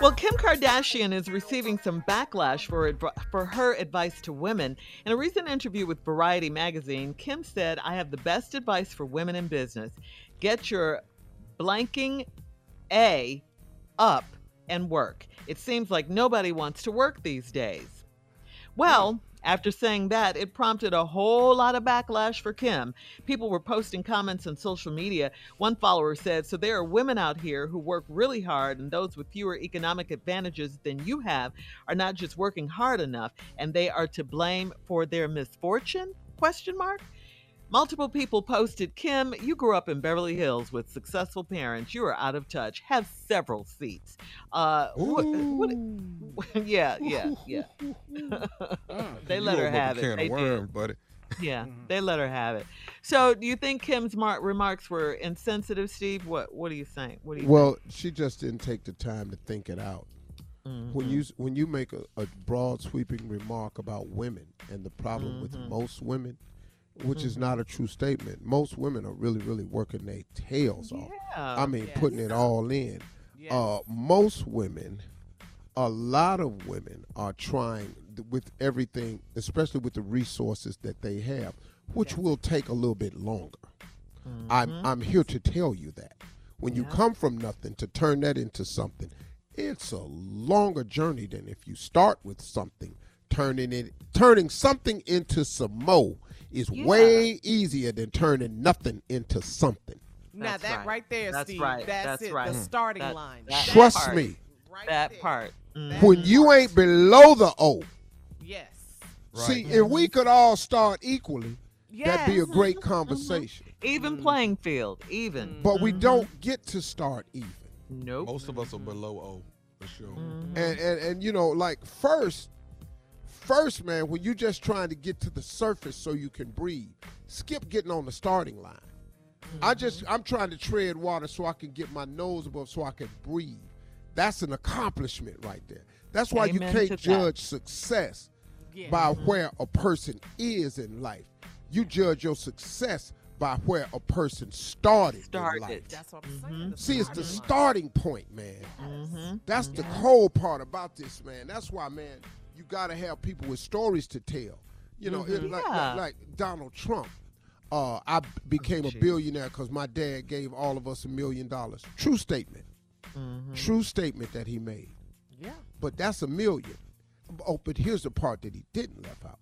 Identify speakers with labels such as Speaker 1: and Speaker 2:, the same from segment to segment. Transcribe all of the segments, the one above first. Speaker 1: Well, Kim Kardashian is receiving some backlash for adv- for her advice to women. In a recent interview with Variety magazine, Kim said, "I have the best advice for women in business. Get your blanking A up and work. It seems like nobody wants to work these days." Well, after saying that, it prompted a whole lot of backlash for Kim. People were posting comments on social media. One follower said, So there are women out here who work really hard, and those with fewer economic advantages than you have are not just working hard enough, and they are to blame for their misfortune? Question mark. Multiple people posted, Kim, you grew up in Beverly Hills with successful parents. You are out of touch. Have several seats. Uh, what, what,
Speaker 2: Ooh.
Speaker 1: yeah, yeah, yeah.
Speaker 3: Mm.
Speaker 1: They
Speaker 2: You
Speaker 1: let her
Speaker 2: opened up
Speaker 1: have
Speaker 2: a
Speaker 1: it.
Speaker 2: Can
Speaker 1: They did.
Speaker 2: of worms, buddy.
Speaker 1: Yeah,
Speaker 4: Mm-hmm.
Speaker 1: they let her have it. So, do you think Kim's mar- remarks were insensitive, Steve? What What do you think? What do you
Speaker 3: Well, she just didn't take the time to think it out.
Speaker 1: Mm-hmm.
Speaker 3: When you s- when you make a, a broad sweeping remark about women and the problem with
Speaker 1: Mm-hmm.
Speaker 3: most women, which is not a true statement. Most women are really really working their tails off. I mean, putting it all in. Uh, most women, a lot of women are trying th- with everything, especially with the resources that they have, which will take a little bit longer.
Speaker 1: Mm-hmm.
Speaker 3: I'm I'm here to tell you that when you come from nothing to turn that into something, it's a longer journey than if you start with something. Turning it, turning something into some mo is way easier than turning nothing into something.
Speaker 4: Now
Speaker 1: That's
Speaker 4: that
Speaker 1: right.
Speaker 4: right, there,
Speaker 1: That's
Speaker 4: Steve.
Speaker 1: right.
Speaker 4: That's,
Speaker 1: That's
Speaker 4: it.
Speaker 1: right. Hmm.
Speaker 4: The starting
Speaker 1: That-
Speaker 4: line.
Speaker 1: that-
Speaker 3: Trust
Speaker 1: part.
Speaker 3: me,
Speaker 4: Right
Speaker 1: that
Speaker 4: there.
Speaker 1: part? Mm.
Speaker 4: That
Speaker 3: when you
Speaker 4: part.
Speaker 3: ain't below the O.
Speaker 4: yes,
Speaker 3: See,
Speaker 1: Mm-hmm.
Speaker 3: if we could all start equally, that'd be a
Speaker 4: Yes.
Speaker 1: Mm-hmm.
Speaker 3: great conversation.
Speaker 1: Even
Speaker 4: Mm-hmm.
Speaker 1: playing field, even.
Speaker 3: Mm-hmm.
Speaker 1: Mm-hmm.
Speaker 3: But we don't get to start even.
Speaker 1: Nope. Mm-hmm.
Speaker 2: Most of us are below O for sure.
Speaker 3: And, and and you know, like first, first man, when you just trying to get to the surface so you can breathe, skip getting on the starting line. I
Speaker 1: Mm-hmm.
Speaker 3: just I'm trying to tread water so I can get my nose above so I can breathe. That's an accomplishment right there. That's why
Speaker 1: Amen
Speaker 3: you
Speaker 1: to that. Mm-hmm.
Speaker 3: can't judge success
Speaker 4: Yeah.
Speaker 3: by where a person is in life. You judge your success by where a person started,
Speaker 1: Started.
Speaker 3: in life.
Speaker 4: That's what
Speaker 1: Mm-hmm.
Speaker 4: I'm saying. the
Speaker 3: See, it's the starting
Speaker 4: starting
Speaker 3: point, man.
Speaker 4: line.
Speaker 3: That's the cold part about this, man. That's why, man, you gotta have people with stories to tell. You know, it, like,
Speaker 1: Yeah.
Speaker 3: like like Donald Trump. Uh, I became a billionaire because my dad gave all of us a million dollars. True statement.
Speaker 1: Mm-hmm. Mm.
Speaker 3: True statement that he made.
Speaker 4: Yeah.
Speaker 3: But that's a million. Oh, but here's the part that he didn't left out.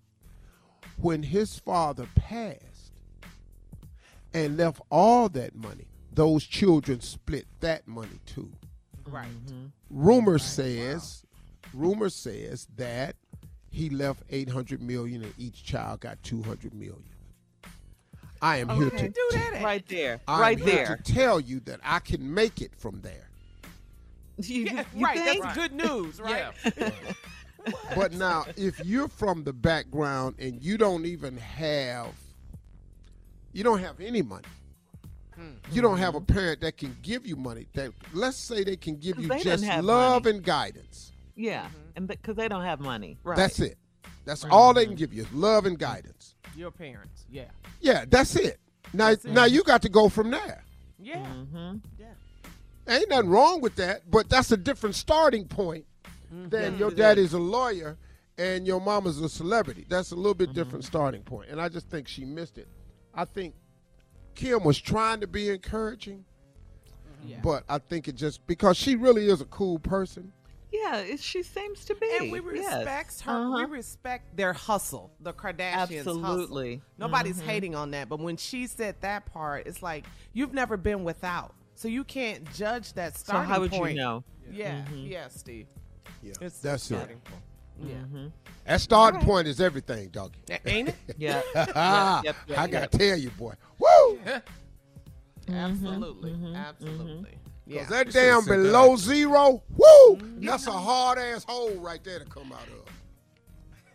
Speaker 3: When his father passed and left all that money, those children split that money too.
Speaker 4: Right.
Speaker 1: Mm-hmm.
Speaker 3: Rumor says, rumor says that he left 800 million and each child got 200 million. I am here to
Speaker 4: Do that. at?
Speaker 1: Right there.
Speaker 3: I'm
Speaker 1: right
Speaker 3: here
Speaker 1: there.
Speaker 3: to tell you that I can make it from there.
Speaker 1: You-
Speaker 4: Yeah,
Speaker 1: you
Speaker 4: right.
Speaker 1: think?
Speaker 4: That's good news, right?
Speaker 3: But now, if you're from the background and you don't even have, you don't have any money.
Speaker 1: Hmm.
Speaker 3: You don't have a parent that can give you money. That let's say they can give
Speaker 1: Mm-hmm. 'Cause they
Speaker 3: you
Speaker 1: didn't
Speaker 3: just
Speaker 1: have
Speaker 3: love and guidance.
Speaker 1: Yeah,
Speaker 4: Mm-hmm.
Speaker 1: and because they don't have money. Right. Mm-hmm.
Speaker 3: That's it. That's all they can give you is love and guidance.
Speaker 4: Your parents. Yeah.
Speaker 3: Yeah, that's it. Now, now you got to go from there.
Speaker 4: Yeah.
Speaker 1: Mm-hmm.
Speaker 4: Yeah.
Speaker 3: Ain't nothing wrong with that, but that's a different starting point
Speaker 1: Mm-hmm.
Speaker 3: than your daddy's a lawyer and your mama's a celebrity. That's a little bit
Speaker 1: Mm-hmm.
Speaker 3: different starting point, and I just think she missed it. I think Kim was trying to be encouraging,
Speaker 1: Mm-hmm.
Speaker 4: Yeah.
Speaker 3: but I think it just because she really is a cool person.
Speaker 1: Yeah, it, she seems to be.
Speaker 4: And we
Speaker 1: Yes.
Speaker 4: respect her.
Speaker 1: Uh-huh.
Speaker 4: We respect their hustle, the Kardashians. hustle.
Speaker 1: Absolutely. Mm-hmm.
Speaker 4: Nobody's hating on that, but when she said that part, it's like you've never been without, so you can't judge that
Speaker 1: So
Speaker 4: starting
Speaker 1: how would
Speaker 4: point.
Speaker 1: you know?
Speaker 4: Yeah, yeah, Steve.
Speaker 3: Yeah,
Speaker 4: It's the
Speaker 3: that's it.
Speaker 4: starting point. Yeah,
Speaker 1: Mm-hmm.
Speaker 3: That starting point is everything, doggy.
Speaker 4: That- ain't it?
Speaker 1: Yeah.
Speaker 3: Ah,
Speaker 1: yep, yep,
Speaker 3: I
Speaker 1: yep.
Speaker 3: gotta tell you, boy. Woo!
Speaker 4: Absolutely, absolutely. Yeah.
Speaker 3: 'Cause that
Speaker 2: should've
Speaker 3: damn
Speaker 2: said that
Speaker 3: below
Speaker 2: out.
Speaker 3: zero, woo! That's a hard ass hole right there to come out of.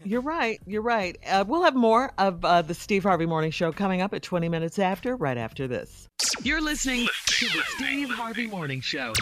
Speaker 1: You're right. You're right. Uh, we'll have more of uh, the Steve Harvey Morning Show coming up at 20 minutes after, right after this. You're listening to the Steve Harvey Morning Show.